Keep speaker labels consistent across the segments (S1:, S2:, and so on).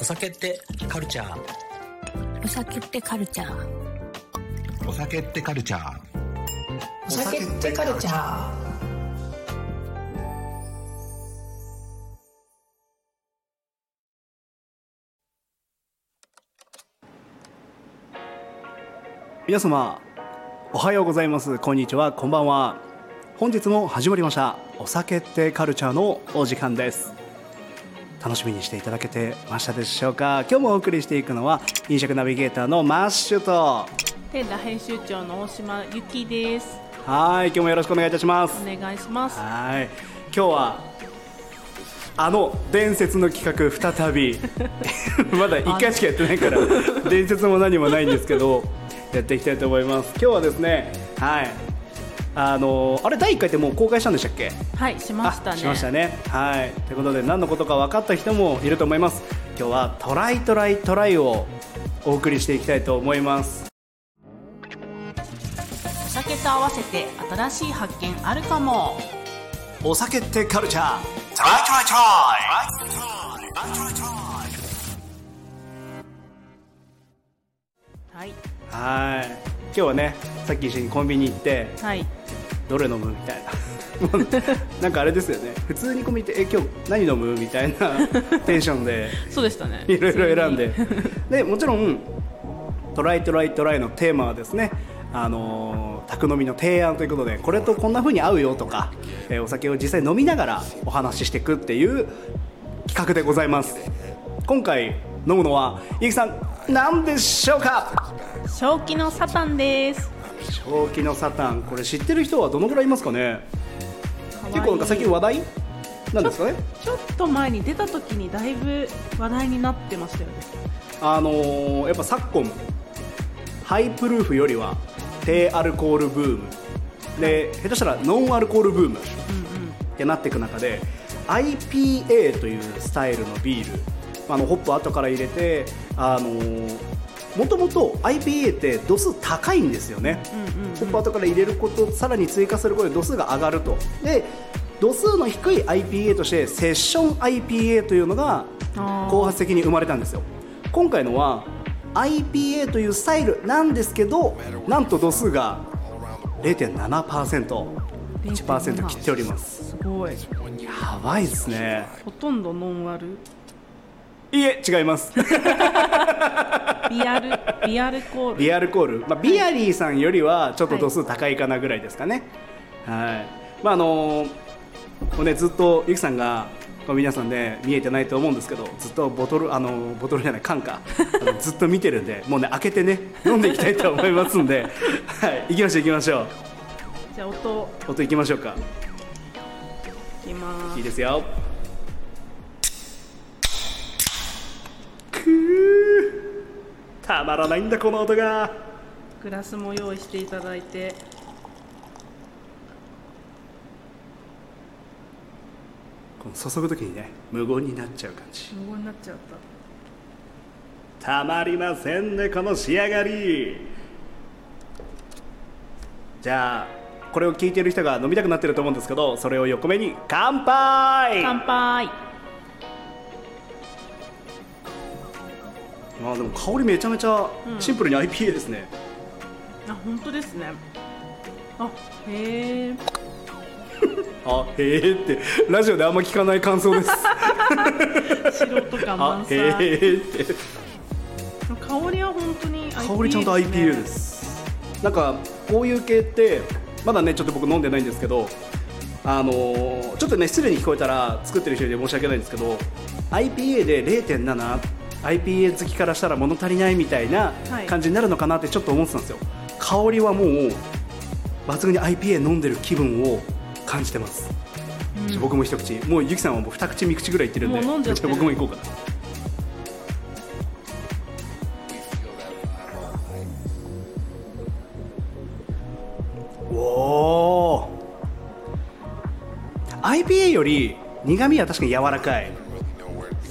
S1: お酒ってカルチャー。
S2: お酒ってカルチャー。
S3: お酒ってカルチャー。
S4: お酒ってカルチャー。
S5: 皆様おはようございますこんにちはこんばんは本日も始まりましたお酒ってカルチャーのお時間です楽しみにしていただけてましたでしょうか今日もお送りしていくのは飲食ナビゲーターのマッシュとは
S6: テンダ編集長の大島由紀です。
S5: い今日もよろしくお願いいたします
S6: お願いします。
S5: はい今日はあの伝説の企画再び まだ1回しかやってないから伝説も何もないんですけどやっていきたいと思います今日はですねはいあのーあれ第1回ってもう公開したんでしたっけ
S6: はい、しました
S5: あ
S6: ね。
S5: しましたねはいということで何のことか分かった人もいると思います今日はトライトライトライをお送りしていきたいと思います
S6: お酒と合わせて新しい発見あるかも。
S5: お酒ってカルチャー
S3: トライトライトライ
S6: はい。
S5: はい今日はねさっき一緒にコンビニ行って
S6: はい。
S5: どれ飲むみたいなもうなん かあれですよね普通にコミュニティえ今日何飲むみたいな テンションで
S6: そうでしたね。
S5: いろいろ選んで
S6: 普通に
S5: でもちろん「トライトライトライ」のテーマはですねあのー宅飲みの提案ということでこれとこんな風に合うよとか、えーお酒を実際飲みながらお話ししていくっていう企画でございます今回飲むのはゆきさん何でしょうか
S6: 正気のサタンです。
S5: 正気のサタンこれ知ってる人はどのぐらいいますかね結構なんか最近話題なんですかね
S6: ちょっと前に出た時にだいぶ話題になってましたよね。
S5: あのーやっぱ昨今ハイプルーフよりは低アルコールブームで下手したらノンアルコールブームってなっていく中で IPA というスタイルのビールあのホップ後から入れてあのもともと IPA って度数高いんですよね、ホップ後から入れることさらに追加することで度数が上がるとで度数の低い IPA としてセッション IPA というのが
S6: あー
S5: 後発的に生まれたんですよ今回のは IPA というスタイルなんですけどなんと度数が 0.7%1% 切っております
S6: すごい。
S5: やばいですね
S6: ほとんどノンアル。
S5: いいえ違います
S6: ビア ル、ビアルコール。
S5: ビアルコール、まあ、ビアリーさんよりはちょっと度数高いかなぐらいですかねはいまああのーもうねずっとゆきさんがこう皆さんね見えてないと思うんですけどずっとボトルあのーボトルじゃない缶かあのずっと見てるんでもうね開けてね飲んでいきたいと思いますんではい行きましょう行きましょ
S6: じゃあ音
S5: う音行きましょうか
S6: いきま
S5: いい
S6: す。
S5: ですよくーたまらないんだこの音が
S6: グラスも用意していただいて。
S5: この注ぐ時にね無言になっちゃう感じ
S6: 無言になっちゃった。
S5: たまりませんねこの仕上がりじゃあこれを聞いてる人が飲みたくなってると思うんですけどそれを横目に乾杯
S6: 乾杯。
S5: あでも香りめちゃめちゃシンプルに IPA ですね、
S6: あ、本当ですね。あ、へえ。
S5: あへえってラジオであんま聞かない感想です
S6: 素人感
S5: あ
S6: 満
S5: へ
S6: 載。
S5: えって
S6: 香りは本当に IPA です、ね。
S5: 香りちゃんと IPA で。すなんかこういう系ってまだねちょっと僕飲んでないんですけどあのーちょっとね失礼に聞こえたら作ってる人に申し訳ないんですけど IPA で 0.7IPA 好きからしたら物足りないみたいな
S6: はい
S5: 感じになるのかなってちょっと思ってたんですよ、香りはもう抜群に IPA 飲んでる気分を感じてます、僕も一口もうゆきさんはもう二口三口ぐらいいってるんで
S6: もう飲んじゃってる
S5: じゃあ僕も行こうかおお IPA より苦味は確かに柔らかい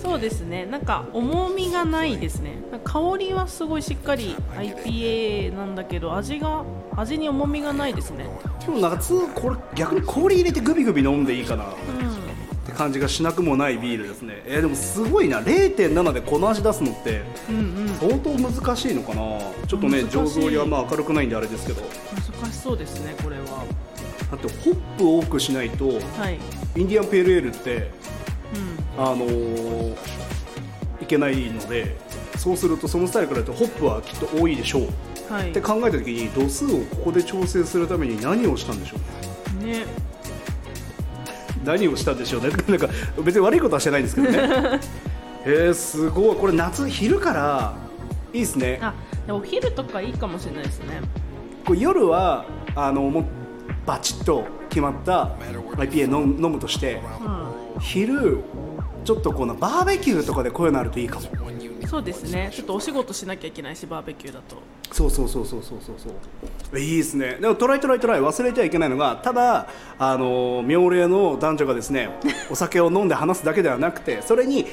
S6: そうですね。なんか重みがないですね。なんか香りはすごいしっかり IPA なんだけど、味が味に重みがないですね。
S5: でもなんかつこれ逆に氷入れてグビグビ飲んでいいかなっ
S6: う
S5: て考感じがしなくもないビールですね、えーでもすごいな0.7でこの味出すのって
S6: うんうん
S5: 相当難しいのかなちょっとね
S6: 難しい
S5: 醸造にはまあ明るくないんであれですけどだ
S6: 難しそうですねこれは
S5: ってホップを多くしないと
S6: はい
S5: インディアンペールエールって
S6: う
S5: あのーいけないのでそうするとそのスタイルから言うとホップはきっと多いでしょうっ
S6: んはい
S5: て考えた時に度数をここで調整するために何をしたんでしょう
S6: ね
S5: 何をしたんでしょうね なんか別に悪いことはしてないんですけどね えー、すごいこれ夏昼からいいですね
S6: あでお昼とかいいかもしれないですね
S5: こう夜はあのもうバチッと決まった IPA 飲む飲むとして
S6: う
S5: 昼ちょっとこのバーベキューとかでこういうのあるといいかも
S6: んそうですねちょっとお仕事しなきゃいけないしバーベキューだと
S5: そうそうそうそうそうそうそういいですねでもトライトライトライ忘れてはいけないのがただあのー妙齢の男女がです ねお酒を飲んで話すだけではなくてそれに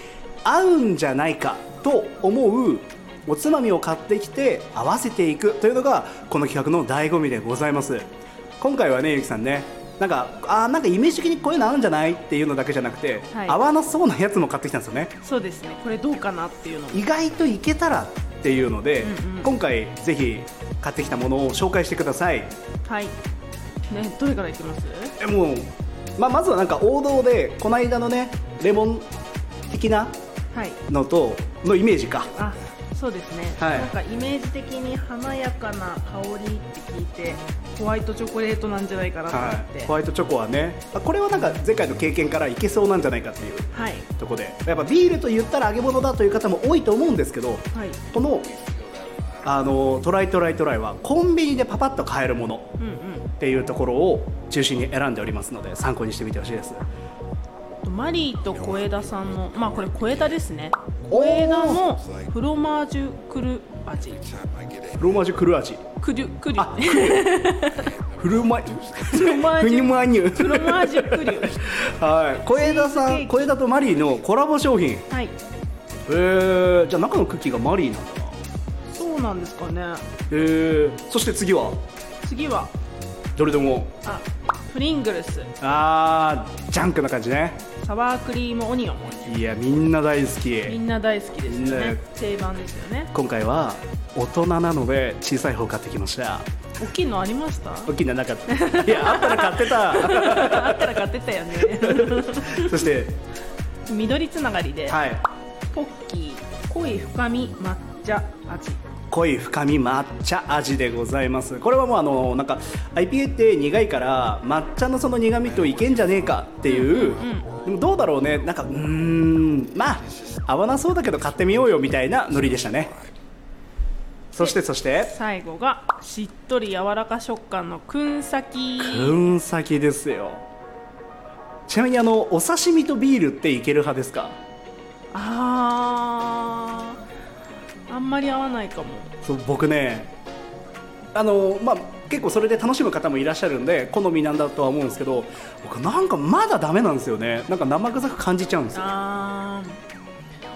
S5: 合うんじゃないかと思うおつまみを買ってきて合わせていくというのがこの企画の醍醐味でございます今回はねゆきさんねなんかあーなんかイメージ的にこういうの合うんじゃないっていうのだけじゃなくて、
S6: はい
S5: 合わなそうなやつも買ってきたんですよね
S6: そうですねこれどうかなっていうのも
S5: 意外といけたらっていうので、
S6: うんうん
S5: 今回ぜひ買ってきたものを紹介してください
S6: はいねどれからいきます
S5: でもう、まあ、まずはなんか王道でこの間のねレモン的な
S6: はい
S5: のとのイメージか
S6: あそうですね、
S5: はい
S6: なんかイメージ的に華やかな香りって聞いてホワイトチョコレートなんじゃないかなと思っ
S5: はい、
S6: て
S5: ホワイトチョコはねあこれはなんか前回の経験からいけそうなんじゃないかっていう
S6: はい、
S5: ところでやっぱビールと言ったら揚げ物だという方も多いと思うんですけど
S6: はい
S5: このあのトライトライトライはコンビニでパパッと買えるもの
S6: うんうん
S5: っていうところを中心に選んでおりますので参考にしてみてほしいです
S6: あとマリーと小枝さんのまあこれ小枝ですね
S5: おー
S6: 小枝のフロマージュクル味
S5: ローマ字クルアジ
S6: クリュクリ
S5: あ
S6: ュ
S5: フルマ
S6: フロマ
S5: フ
S6: ージ
S5: ニ
S6: ュ
S5: マニュ
S6: フロマージュクリュ
S5: はい小枝さん小枝とマリーのコラボ商品へ
S6: はい
S5: えー、じゃあ中のクッキーがマリーなんだなへ
S6: そうなんですかね
S5: えー、そして次は
S6: 次は
S5: どれでも
S6: あプリングルス
S5: あージャンクな感じね
S6: サワークリームオニオン
S5: いやみんな大好
S6: み
S5: き
S6: んな大好きですよね
S5: ね
S6: 定番ですよね
S5: 今回は大人なので小さい方買ってきました
S6: 大きいのありました
S5: 大きななかったいやあったら買ってた
S6: あったら買ってたよね
S5: そして
S6: 緑つながりで、
S5: はい
S6: ポッキー濃い深み抹茶味
S5: 濃い深み抹茶味でございますこれはもうあのなんか IPA って苦いから抹茶のその苦味といけんじゃねえかっていう、でもどうだろうねなんかうーんまあ合わなそうだけど買ってみようよみたいなノリでしたねそしてそして
S6: 最後がしっとり柔らか食感のくんさき
S5: うん先ですよちなみにあのお刺身とビールっていける派ですか
S6: あーあんまり合わないかも
S5: そう僕ねあのまあ結構それで楽しむ方もいらっしゃるんで好みなんだとは思うんですけど僕なんかまだダメなんですよねなんか生臭く感じちゃうんですよ
S6: あ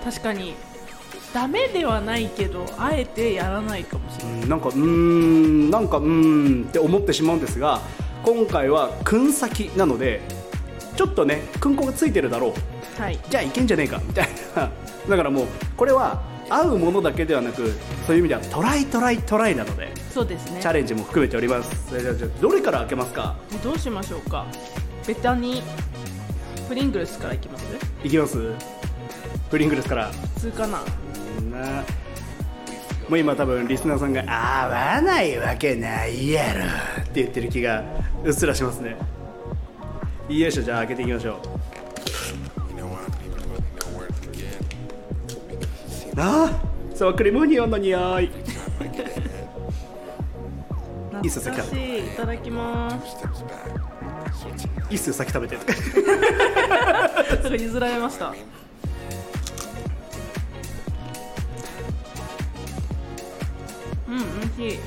S6: ー確かにダメではないけどあえてやらないかもしれない
S5: うんなんかうーんなんかうーんって思ってしまうんですが今回は燻先なのでちょっとね燻粉がついてるだろう
S6: はい
S5: じゃあいけんじゃねえかみたいなだからもうこれは合うものだけではなくそういう意味ではトライトライトライなので
S6: そうですね
S5: チャレンジも含めておりますそれではじゃあどれから開けますか
S6: どうしましょうかベタにプリングルスからいきます
S5: いきますプリングルスから
S6: 普通かな
S5: なもう今多分リスナーさんが合わないわけないやろって言ってる気がうっすらしますねよいしょじゃあ開けていきましょうあーサワークリームオニオンの匂いいいっすよ
S6: 懐かしいいただきます
S5: いっすよ先食べて
S6: なんか譲られましたうん美味しい、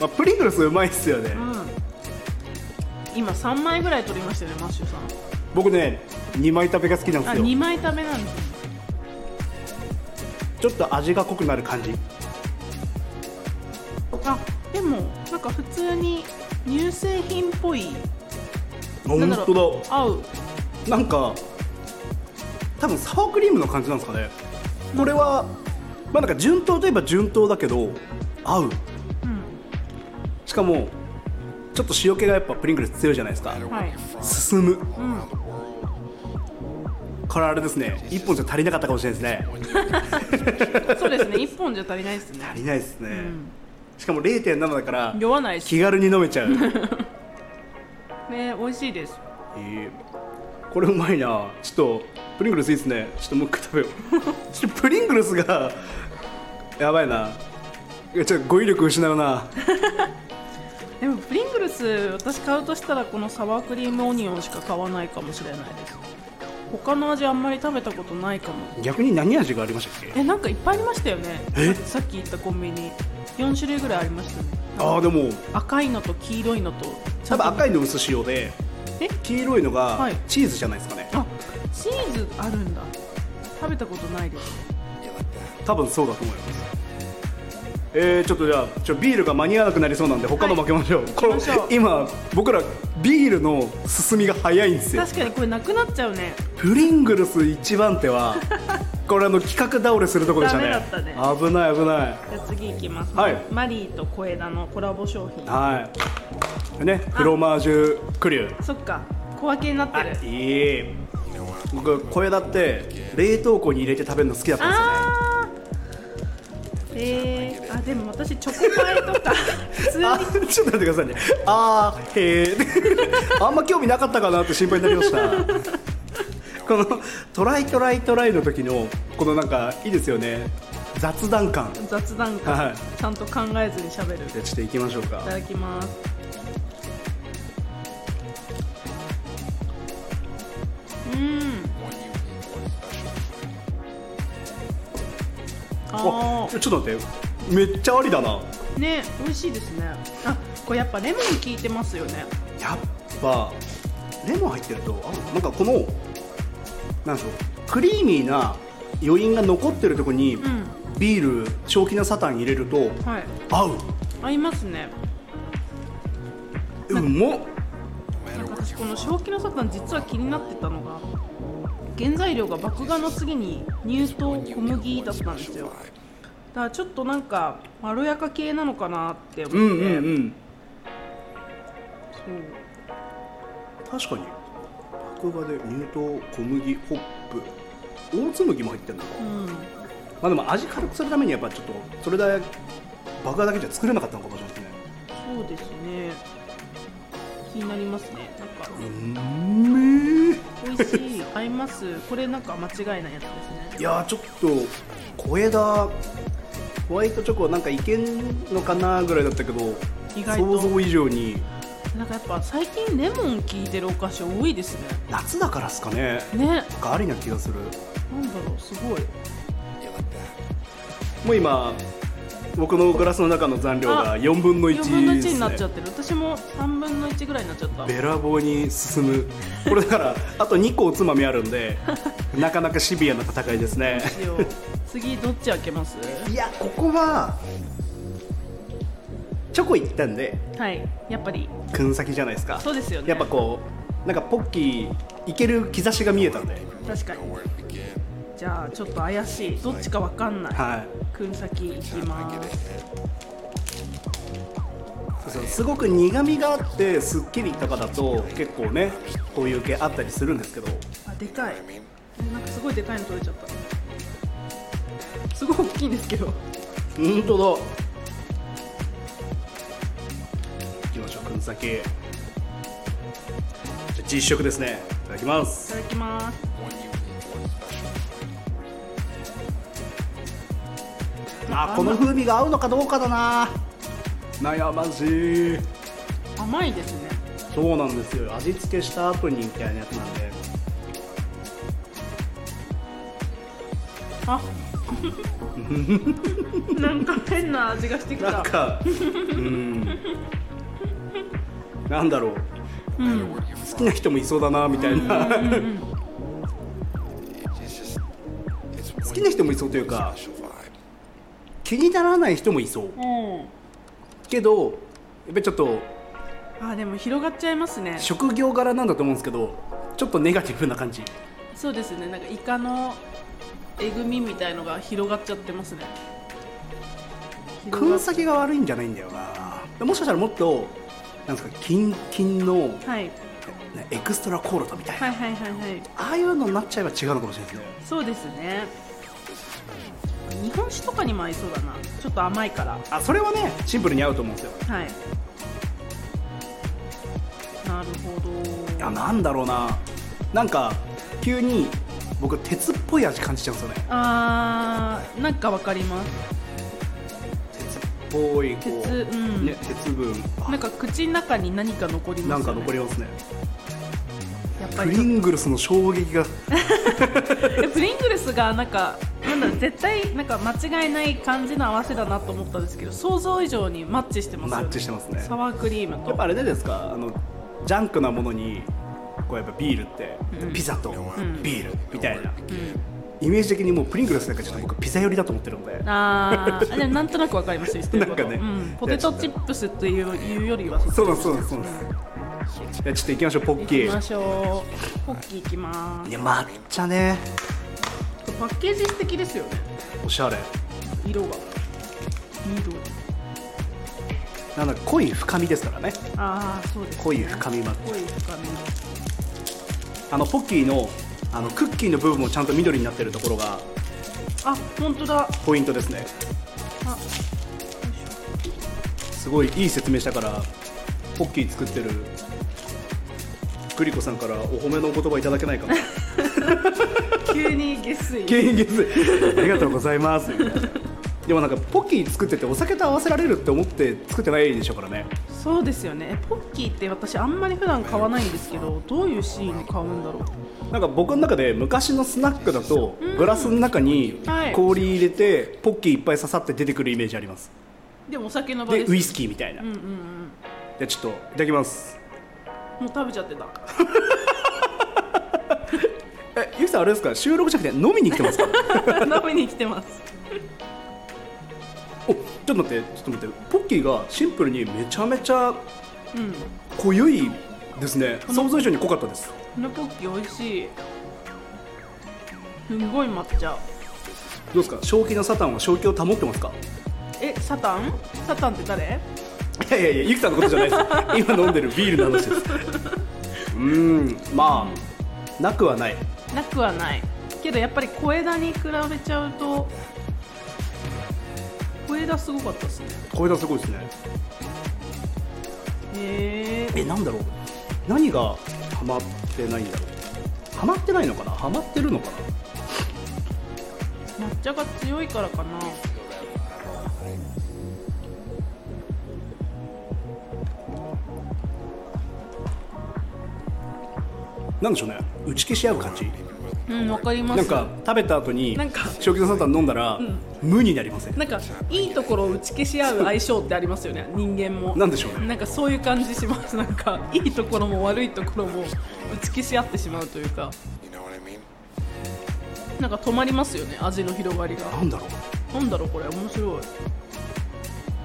S5: まあ、プリングルスうまいっすよね、
S6: うん、今3枚ぐらい取りましたよねマッシュさん
S5: 僕ね2枚食べが好きなんで
S6: あ
S5: すよ
S6: 2枚食べなんですね
S5: ちょっと味が濃くなる感じ
S6: あでもなんか普通に乳製品っぽいなんだろ
S5: 本
S6: う
S5: 当だ
S6: 合う
S5: なんか多分サワークリームの感じなんですかねこれはまあなんか順当といえば順当だけど合うしかもちょっと塩気がやっぱプリングルス強いじゃないですか
S6: はい
S5: 進む、これあれですね1本じゃ足りなかったかもしれないですね
S6: そうですね1本じゃ足りないですね
S5: 足りないですね、しかも0.7だから
S6: 酔わないし
S5: 気軽に飲めちゃう
S6: ね美味しいです
S5: えーこれうまいなちょっとプリングルスいいですねちょっともう一回食べよ うちょっとプリングルスがやばいないやちょっと語彙力失うな
S6: でもプリングルス私買うとしたらこのサワークリームオニオンしか買わないかもしれないです他の味あんまり食べたことないかも
S5: 逆に何味がありましたっけ
S6: えなんかいっぱいありましたよねさっき言ったコンビニ4種類ぐらいありましたね
S5: ああでも
S6: 赤いのと黄色いのと
S5: 多分赤いの薄塩で
S6: え
S5: 黄色いのが
S6: はい
S5: チーズじゃないですかね、
S6: あチーズあるんだ食べたことないです
S5: 多分そうだと思いますえー、ちょっとじゃあちょビールが間に合わなくなりそうなんで他の
S6: はい
S5: 負けましょう、こ
S6: 行きましょう
S5: の今僕らビールの進みが早いんですよ
S6: 確かにこれなくなっちゃうね
S5: プリングルス一番手 はこれあの企画倒れするとこでしたね
S6: ダメだったね
S5: 危ない危ない
S6: じゃあ次いきます、
S5: はい
S6: マリーと小枝のコラボ商品
S5: はいねフロマージュクリュ
S6: そっか小分けになってる
S5: ーいい僕小枝って冷凍庫に入れて食べるの好きだったんですよね
S6: あーえー、あでも私チョコパイとか普通に
S5: あ ちょっと待ってくださいねあーへー あんま興味なかったかなって心配になりましたこのトライトライトライの時のこのなんかいいですよね雑談感じ
S6: 雑談会、
S5: はい
S6: ちゃんと考えずにしゃべるい
S5: ゃあちょっと行きましょうか
S6: ただきますうんあ
S5: あちょっと待ってめっちゃありだな
S6: ーね美味しいですねあこれやっぱレモン効いてますよね
S5: やっぱレモン入ってるとあなんかこのなんでしょうクリーミーな余韻が残ってるとこに、
S6: ん
S5: ビール正気なサタン入れると
S6: はい
S5: 合う
S6: 合いますね
S5: うもっ
S6: なんか私この正気のサタン実は気になってたのが原材料が麦芽の次に乳糖小麦だったんですよだからちょっとなんかまろやか系なのかなって思って、
S5: うんうんうん
S6: そう
S5: 確かに麦芽で乳糖小麦ホップ大粒麦も入ってるのか、
S6: うん
S5: まあでも味軽くするためにやっぱちょっとそれだけ爆破だけじゃ作れなかったのかもしれないですね
S6: そうですね気になりますねなんか
S5: うんめー
S6: 美味しい合いますこれなんか間違いないやつです
S5: い
S6: ね
S5: やーちょっと小枝ホワイトチョコなんかいけんのかなぐらいだったけど
S6: 意外と
S5: 想像以上に
S6: なんかやっぱ最近レモン効いてるお菓子多いですね
S5: 夏だからっすかね
S6: ねなんだ
S5: なんかありな気がする
S6: ろうすごい
S5: もう今僕のグラスの中の残量
S6: あ
S5: が4分の1
S6: 4分の1になっ
S5: です
S6: ちゃ
S5: ね
S6: ってる私も3分の1ぐらいになっちゃった
S5: べらぼうに進むこれだから あと2個おつまみあるん でなかなかシビアな戦いですね
S6: ですよ次どっち開けます
S5: いやここはチョコいったんで
S6: はいやっぱり
S5: 燻先じゃないですか
S6: そうですよね
S5: やっぱこうなんかポッキーいける兆しが見えたんで
S6: 確かにじゃあちょっと怪しいどっちかわかんない、
S5: はい
S6: 燻先いきます
S5: そうそうすごく苦みがあってすっきりとかだと結構ねこういう系あったりするんですけど
S6: あでかいえなんかすごいでかいの取れちゃったすごい大きいんですけど
S5: 本当だいきましょう燻先じゃあ実食ですねいただきま
S6: い
S5: す
S6: ただきます
S5: あこの風味が合うのかどうかだな悩ましい
S6: 甘いですね
S5: そうなんですよ味付けした後にみたいなやつなんで
S6: あなんか変な味がしてき
S5: な
S6: た
S5: んかうんなんだろう、好きな人もいそうだなみたいな、好きな人もいそうというか気にならない人もいそう
S6: うん
S5: けどやっぱりちょっと
S6: あでも広がっちゃいますね
S5: 職業柄なんだと思うんですけどちょっとネガティブな感じ
S6: そうですねなんかイカのえぐみみたいのが広がっちゃってますね広が
S5: 関先が悪いんじゃないんだよなもしかしたらもっとなんですかキンキンの
S6: はい、
S5: ねエクストラコールドみたいな、
S6: はいはいはいはい
S5: ああいうのになっちゃえば違うのかもしれないですね
S6: そうですね日本酒とかにも合いそうだなちょっと甘いから
S5: あそれはねシンプルに合うと思うんですよ
S6: はいなるほ
S5: い
S6: ど
S5: やなんだろうななんか急に僕鉄っぽい味感じちゃうんですよね
S6: あーなんかわかります
S5: 鉄っぽいこう
S6: 鉄うん
S5: ね、鉄分あ
S6: なんか口の中に何か残り
S5: な
S6: ま
S5: ん
S6: す
S5: か
S6: よね
S5: 残りますね
S6: やっぱ
S5: プ
S6: り
S5: リングルスの衝撃が
S6: えプリングルスがなんかなんだろう絶対なんか間違いない感じの合わせだなと思ったんですけど想像以上にマッチしてますよ
S5: マッ
S6: ね
S5: チしてますね
S6: サワークリー
S5: や
S6: ムと
S5: っぱあれじゃないですかあのジャンクなものにこうやっぱビールって、ピザとビールみたいな、イメージ的にもうプリングルスなんかちょっと僕ピザ寄りだと思ってるので
S6: あーあでもなんとなくわかり ますよ言ってること
S5: なんかね
S6: うん、ポテトチップスっていういうよりは
S5: そうなんですそうなんですそうなんですいやちょっと行きましょうポッキ
S6: 行きま
S5: ー
S6: しょうポッキーいきま
S5: いや抹茶ね
S6: すパッケージ素敵ですよね
S5: おしゃれ
S6: 色が色
S5: なんだ濃い深みですからね
S6: ああそうです、ね、
S5: 濃い深み抹茶
S6: 濃い深み
S5: あのポッキーのあのクッキーの部分もちゃんと緑になってるところが
S6: あ本当だ
S5: ポイントですね
S6: あ
S5: すごいいい説明したからポッキー作ってるグリコさんからお褒めのお言葉いただけないかな
S6: 急に下水
S5: 原因ですありがとうございますでもなんかポッキー作っててお酒と合わせられるって思って作ってないでしょうからね
S6: そうですよねポッキーって私あんまり普段買わないんですけどどういうシーンで買うんだろう
S5: なんか僕の中で昔のスナックだとグラスの中に
S6: はい
S5: 氷入れてポッキーいっぱい刺さって出てくるイメージあります
S6: でもお酒の場
S5: で
S6: です
S5: ウイスキーみたいな、
S6: うんうんうん
S5: でちょっといただきます
S6: もう食べちゃってた
S5: えゆきさんあれですか収録じゃなくて飲みに来て ますか
S6: 飲みに来てます
S5: おちょっと待ってちょっと待ってポッキーがシンプルにめちゃめちゃ
S6: うん
S5: 濃ゆいですね想像以上に濃かったです
S6: このポッキー美味しいすごい抹茶
S5: どうですか正気のサタンは正気を保ってますか
S6: えサタンサタンって誰
S5: いやいやいやゆきさんのことじゃないです 今飲んでるビールの話ですうーんまあなくはない
S6: なくはないけどやっぱり小枝に比べちゃうと小枝すごかったですね
S5: 声がすごいですね
S6: へえ
S5: えなんだろう何がハマってないんだろうハマってないのかなハマってるのかな
S6: 抹茶が強いからかな
S5: なんでしょうね打ち消し合う感じ
S6: うんわかります
S5: なんか食べた後に
S6: なんか
S5: 正気のサタン飲んだら、無になりません
S6: なんかいいところを打ち消し合う相性ってありますよね人間も
S5: なんでしょうね
S6: なんかそういう感じしますなんかいいところも悪いところも打ち消し合ってしまうというかなんか止まりますよね味の広がりが
S5: なんだろう
S6: なんだろうこれ面白い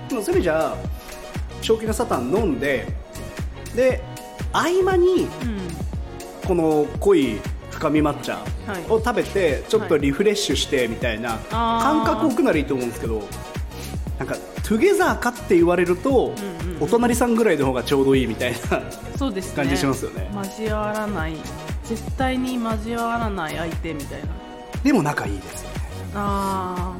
S5: でもそれじゃあ正気のサタン飲んでで合間に
S6: うん
S5: この濃い深み抹茶
S6: はい
S5: を食べてちょっとリフレッシュしてみたいな
S6: あー
S5: 感覚を置くならいいと思うんですけどなんかトゥゲザーかって言われるとお隣さんぐらいの方がちょうどいいみ たいな
S6: そうですね
S5: 感じしますよね
S6: 交わらない絶対に交わらない相手みたいな
S5: でも仲いいですよね
S6: あ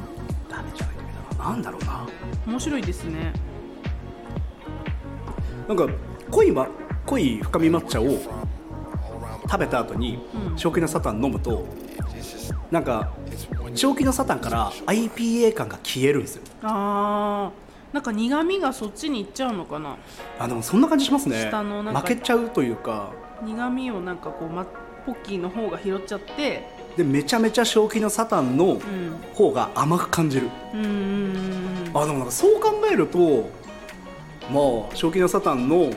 S5: ダメじゃないけどななんだろうな
S6: ー面白いですね
S5: なんか濃い,、ま、濃い深み抹茶を食べた後に正気のサタン飲むと、なんか正気のサタンから IPA 感が消えるんですよ
S6: あーなんか苦味がそっちに行っちゃうのかな
S5: あでもそんな感じしますね
S6: 下のなんか
S5: 負けちゃうというか
S6: 苦味をなんかこう、ま、ポッキーの方が拾っちゃって
S5: でめちゃめちゃ正気のサタンの
S6: うん
S5: 方が甘く感じる、
S6: うーん
S5: あでもなんかそう考えるとまあ正気のサタンの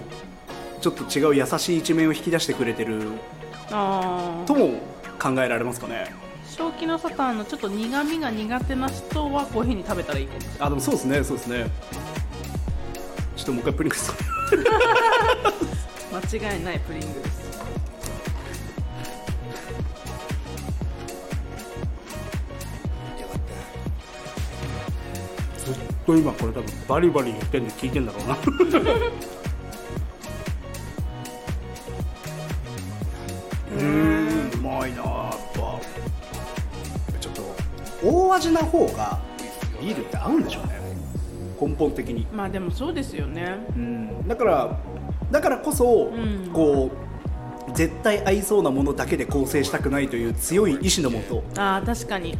S5: ちょっと違う優しい一面を引き出してくれてる
S6: あ
S5: と
S6: ー
S5: も考えられますかね
S6: 正気のサタンのちょっと苦味が苦手な人はこういうふうに食べたらいいかもしれない
S5: あでもそうですねそうですねちょっともう一回プリンクス
S6: 間違いないプリングです
S5: 当に今これ多分バリバリ言ってんで聞いてんだろうなうーんうまいなやっぱちょっと大味な方がビールって合うんでしょうね根本的に
S6: まあでもそうですよね
S5: うんだからだからこそ、
S6: ん
S5: こう絶対合いそうなものだけで構成したくないという強い意志のもと
S6: ああ確かに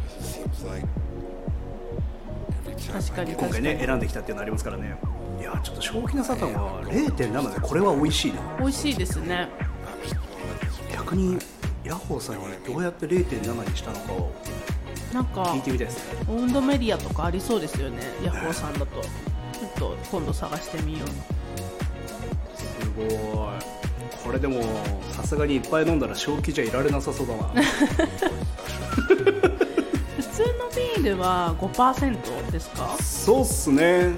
S6: 確かに
S5: 今
S6: 確か
S5: 回
S6: に、
S5: ね選んできたっていうのありますからねいやちょっと正気なサタンは0.7でこれは美味しいな
S6: 美味しいですね
S5: 逆にヤッホーさんにどうやって0.7にしたのかを
S6: なんか
S5: 聞いてみたいですね
S6: オンドメディアとかありそうですよねヤッホーさんだとちょっと今度探してみよう
S5: すごいこれでもさすがにいっぱい飲んだら正気じゃいられなさそうだな
S6: 普通のビールは5%ですか
S5: そうっすね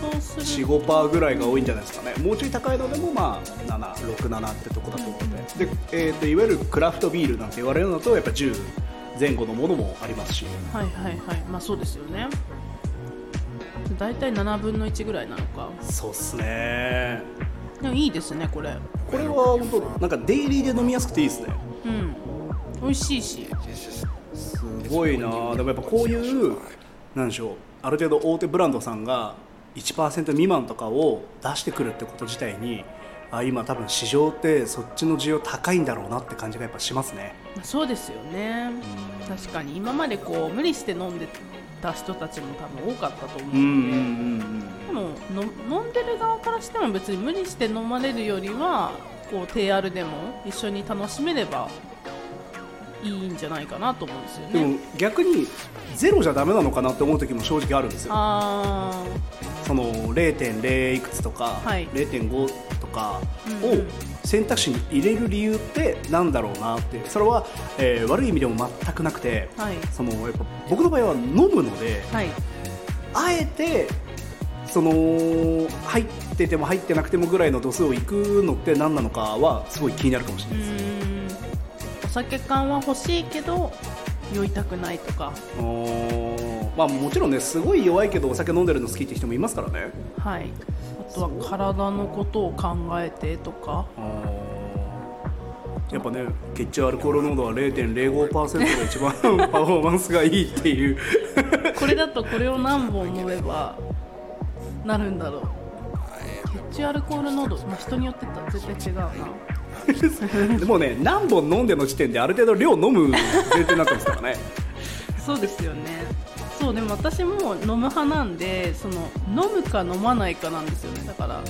S6: そうすると
S5: 45%ぐらいが多いんじゃないですかねもうちょい高いのでもまあ767ってとこだと思うのでで、えーといわゆるクラフトビールなんて言われるのとやっぱ10前後のものもありますし
S6: はいはいはいまあそうですよね大体7分の1ぐらいなのか
S5: そうっすね
S6: でもいいですねこれ
S5: これは本当なんかデイリーで飲みやすくていいですね
S6: うん美味しいし
S5: すごいなでもやっぱこういうなんでしょうある程度大手ブランドさんが1%未満とかを出してくるってこと自体にあ今多分市場ってそっちの需要高いんだろうなって感じがやっぱしますね
S6: まあそうですよね確かに今までこう無理して飲んでた人たちも多分多かったと思う
S5: うんうん
S6: ので、
S5: うん
S6: でもの飲んでる側からしても別に無理して飲まれるよりはこう TR でも一緒に楽しめればいいんじゃないかなと思うんですよ
S5: で
S6: ね。
S5: も逆にゼロじゃダメなのかなって思う時も正直あるんですよ
S6: あ
S5: その0.0いくつとか、
S6: はい
S5: 0.5とか
S6: う
S5: を
S6: ん
S5: 選択肢に入れる理由ってなんだろうなってそれは、えー悪い意味でも全くなくて、
S6: はい
S5: そのやっぱ僕の場合は飲むので
S6: ーはい
S5: あえてその入ってても入ってなくてもぐらいの度数をいくのって何なのかはすごい気になるかもしれ
S6: う
S5: ないです、
S6: ーんお酒感は欲しいけど酔いたくないとか
S5: おーまあ、もちろんねすごい弱いけどお酒飲んでるの好きって人もいますからね
S6: はいあとは体のことを考えてとか
S5: やっぱね血中アルコール濃度は0.05%が一番パフォーマンスがいいっていう
S6: これだとこれを何本飲めばなるんだろう血中アルコール濃度、まあ、人によってた絶対違うな
S5: でもね何本飲んでの時点である程度量飲む前提になってますからね
S6: そうですよねそうでも私も飲む派なんでその飲むか飲まないかなんですよねだから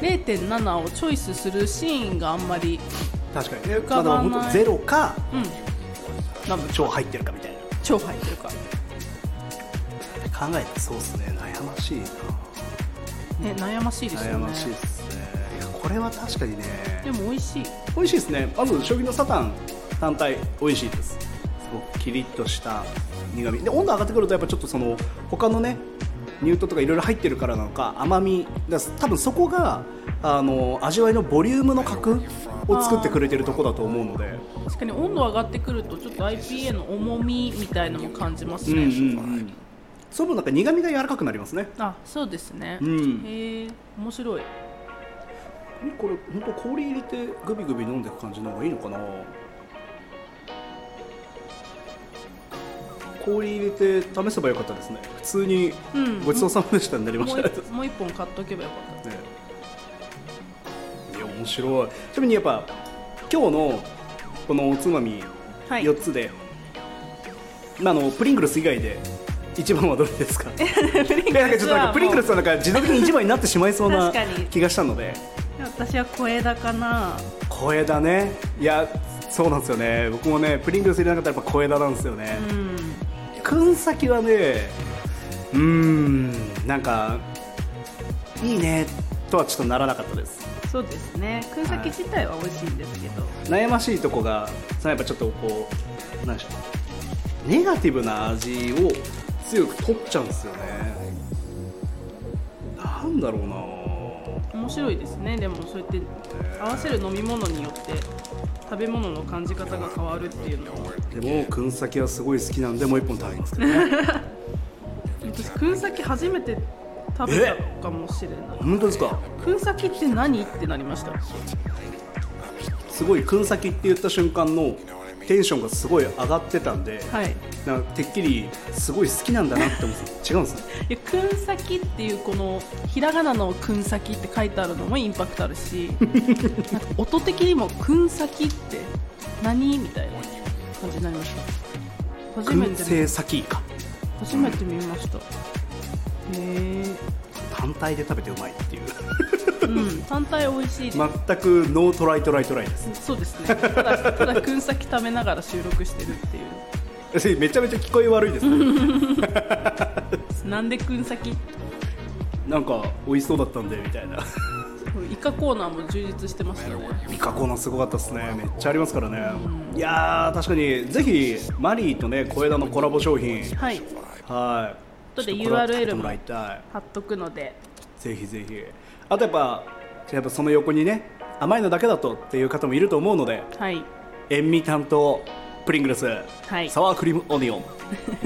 S6: 0.7をチョイスするシーンがあんまり
S5: 確かにね
S6: かばない
S5: まあでも本当ゼロか
S6: うん飲む
S5: 超入ってるかみたいな
S6: 超入ってるから
S5: 考えてそうっすね悩ましいな
S6: ね悩ましいですよ
S5: 悩
S6: ね
S5: ましいっすねいやこれは確かにね
S6: でも美味しい
S5: 美味しいですねまず将棋のサタン単体美味しいですすごくキリッとした苦味で温度上がってくるとやっぱちょっとその他のねニュートとかいろいろ入ってるからなのか甘みだ多分そこがあの味わいのボリュームの角を作ってくれてるとこだと思うので
S6: 確かに温度上がってくるとちょっと IPA の重みみたいのも感じます
S5: うんう
S6: ね、
S5: んうんその分なんか苦味が柔らかくなりますね
S6: あそうですね、
S5: うん
S6: へえ面 白い
S5: これ本当氷入れてグビグビ飲んでいく感じの方がいいのかな氷入れて試せばよかったですね普通に
S6: うん
S5: ごちそうさまでしたになりま
S6: も
S5: し
S6: う
S5: た、ね
S6: 一もう一本買っとけばよかっ
S5: いや面白いちなみにやっぱ今日のこのおつまみ
S6: たはい
S5: 4つで、まあ、あのプリングルス以外で一番はどれですかい やなんかちょっとなんかプリングルスはなんか自動的に一番になってしまいそうな
S6: 確かに
S5: 気がしたので
S6: 私は小枝かな
S5: 小枝ねいやそうなんですよね僕もねプリングルス入れなかったらやっぱ小枝なんですよね
S6: うん
S5: 燻先はねうーんなんかいいねとはちょっとならなかったです
S6: そうですね燻
S5: はい
S6: 先自体は美味しいんですけど、
S5: 悩ましいとこがそのやっぱちょっとこうなんでしょうネガティブな味を強く取っちゃうんですよねなんだろうな
S6: 面白いですねでもそうやって合わせる飲み物によって食べ物の感じ方が変わるっていうのは
S5: でも燻先はすごい好きなんでもう一本食べますけどね
S6: い私燻先初めて食べたかもしれない
S5: 本当ですか
S6: 燻先って何ってなりました
S5: すごい燻先って言った瞬間のテンションがすごい上がってたんで、
S6: はい
S5: なんかてっきりすごい好きなんだなって思ってた違うんですね
S6: いや燻先っていうこのひらがなの燻先って書いてあるのもインパクトあるしなんか音的にも燻先って何みたいな感じになりました初め
S5: 燻
S6: て
S5: 製先イカ
S6: 初めて見ましたへえ
S5: 単体で食べてうまいっていう
S6: うん単体美味しいです、
S5: 全くノートライトライトライです
S6: そうですねただただ燻先食べながら収録してるっていう
S5: えめちゃめちゃ聞こえ悪いですね
S6: なんで燻先
S5: なんか美味しそうだったんでみたいな
S6: イカコーナーも充実してましたね
S5: イカコーナーすごかったですねめっちゃありますからねいやー確かにぜひマリーとね小枝のコラボ商品
S6: はい
S5: はい
S6: 後
S5: ち
S6: で
S5: ょっとこれは
S6: URL も
S5: もらいたい
S6: 貼っとくので
S5: ぜひぜひあとやっぱやっぱその横にね甘いのだけだとっていう方もいると思うので
S6: はい
S5: 塩味担当プリングルス、
S6: い
S5: サワークリームオニ オン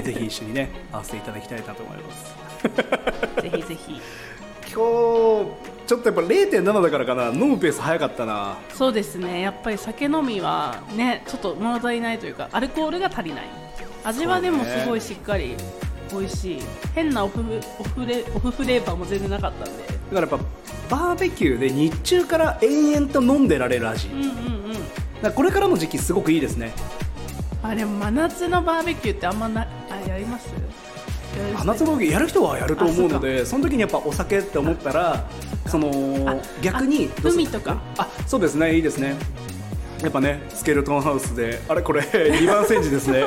S5: ぜひ一緒にね合わせていただきたいなと思います
S6: ぜひぜひ
S5: 今日ちょっとやっぱ0.7だからかな飲むペース早かったな
S6: そうですねやっぱり酒飲みはねちょっと物足りないというかアルコールが足りない味はでもすごいしっかり美味しい、変なオフオフレオフフレーバーも全然なかったんで
S5: だからやっぱバーベキューで日中から延々と飲んでられる味、
S6: うんうんうん
S5: だからこれからの時期すごくいいですね
S6: あれ真夏のバーベキューってあんまなあやりますやります
S5: 真夏のやる人はやると思うのでその時にやっぱお酒って思ったらそ
S6: あ
S5: の逆に
S6: あ
S5: どうする
S6: 海とか
S5: あそうですねいいですねやっぱねスケルトンハウスであれこれ 二番煎じですね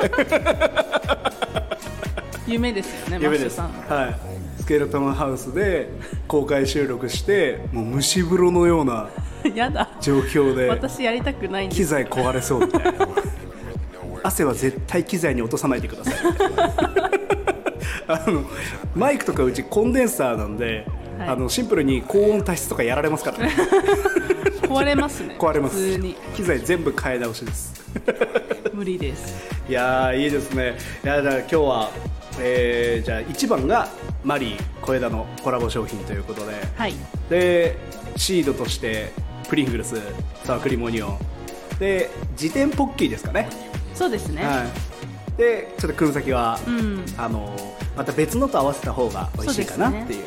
S6: 夢ですよねマ
S5: 夢
S6: ッシ
S5: で
S6: ュ
S5: す
S6: さんの
S5: はいスケルトンハウスで公開収録してもう蒸し風呂のような
S6: やだ
S5: 状況で
S6: 私やりたくないんで
S5: 機
S6: す
S5: 材壊れそうみたいな汗は絶対機材に落とさないでくださいあのマイクとかうちコンデンサーなんで、
S6: はい
S5: あのシンプルに高温多湿とかやられますからね
S6: 壊れますね
S5: 壊れます
S6: 普通に
S5: 機材全部変え直しです
S6: 無理です
S5: いやーいいですねいやーじゃあ今日は、えーじゃあ1番がマリー小枝のコラボ商品ということで、
S6: はい
S5: でシードとしてプリングルスサワークリームオニオンで自転ポッキーですかね
S6: そうですね、
S5: はい、でちょっと燻先は、
S6: うん
S5: あのまた別のと合わせた方が美味しいかな
S6: そう
S5: って
S6: です
S5: い
S6: ね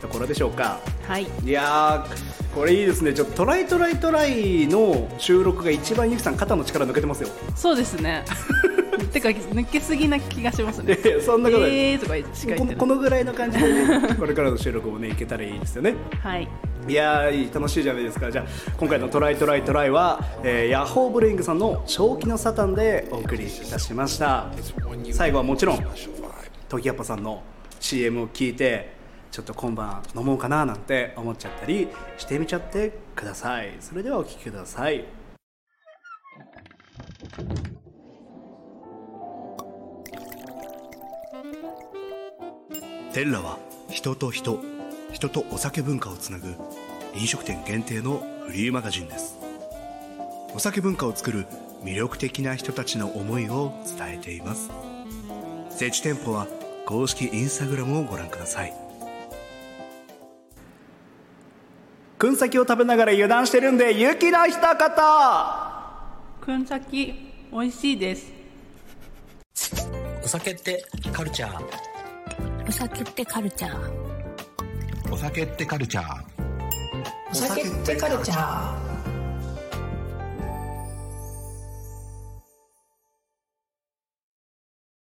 S5: うところでしょうか
S6: はい
S5: いやーこれいいですねちょっとトライトライトライの収録が一番ゆきさん肩の力抜けてますよ
S6: そうです ねてか抜けすぎな気がしますね
S5: いやそんなことない
S6: えーとかしか
S5: こ
S6: 言って
S5: のこ
S6: な
S5: の
S6: い
S5: ぐらいの感じでねこれからの収録もねいけたらいいですよね
S6: はい
S5: いやーいい楽しいじゃないですかじゃあ今回の「トライトライトライは」えーヤッホーブレイングさんの「正気のサタン」でお送りいたしました最後はもちろん時キヤッパさんの CM を聞いてちょっと今晩飲もうかななんて思っちゃったりしてみちゃってくださいそれではお聴きください
S7: 天ラは人と人人とお酒文化をつなぐ飲食店限定のフリーマガジンですお酒文化を作る魅力的な人たちの思いを伝えています設置店舗は公式インスタグラムをご覧ください
S5: 燻先を食べながら油断してるんで雪の一言
S6: 燻先美味しいです
S1: お酒ってカルチャー
S2: お酒ってカルチャー
S3: お酒ってカルチャー
S4: お酒ってカルチャー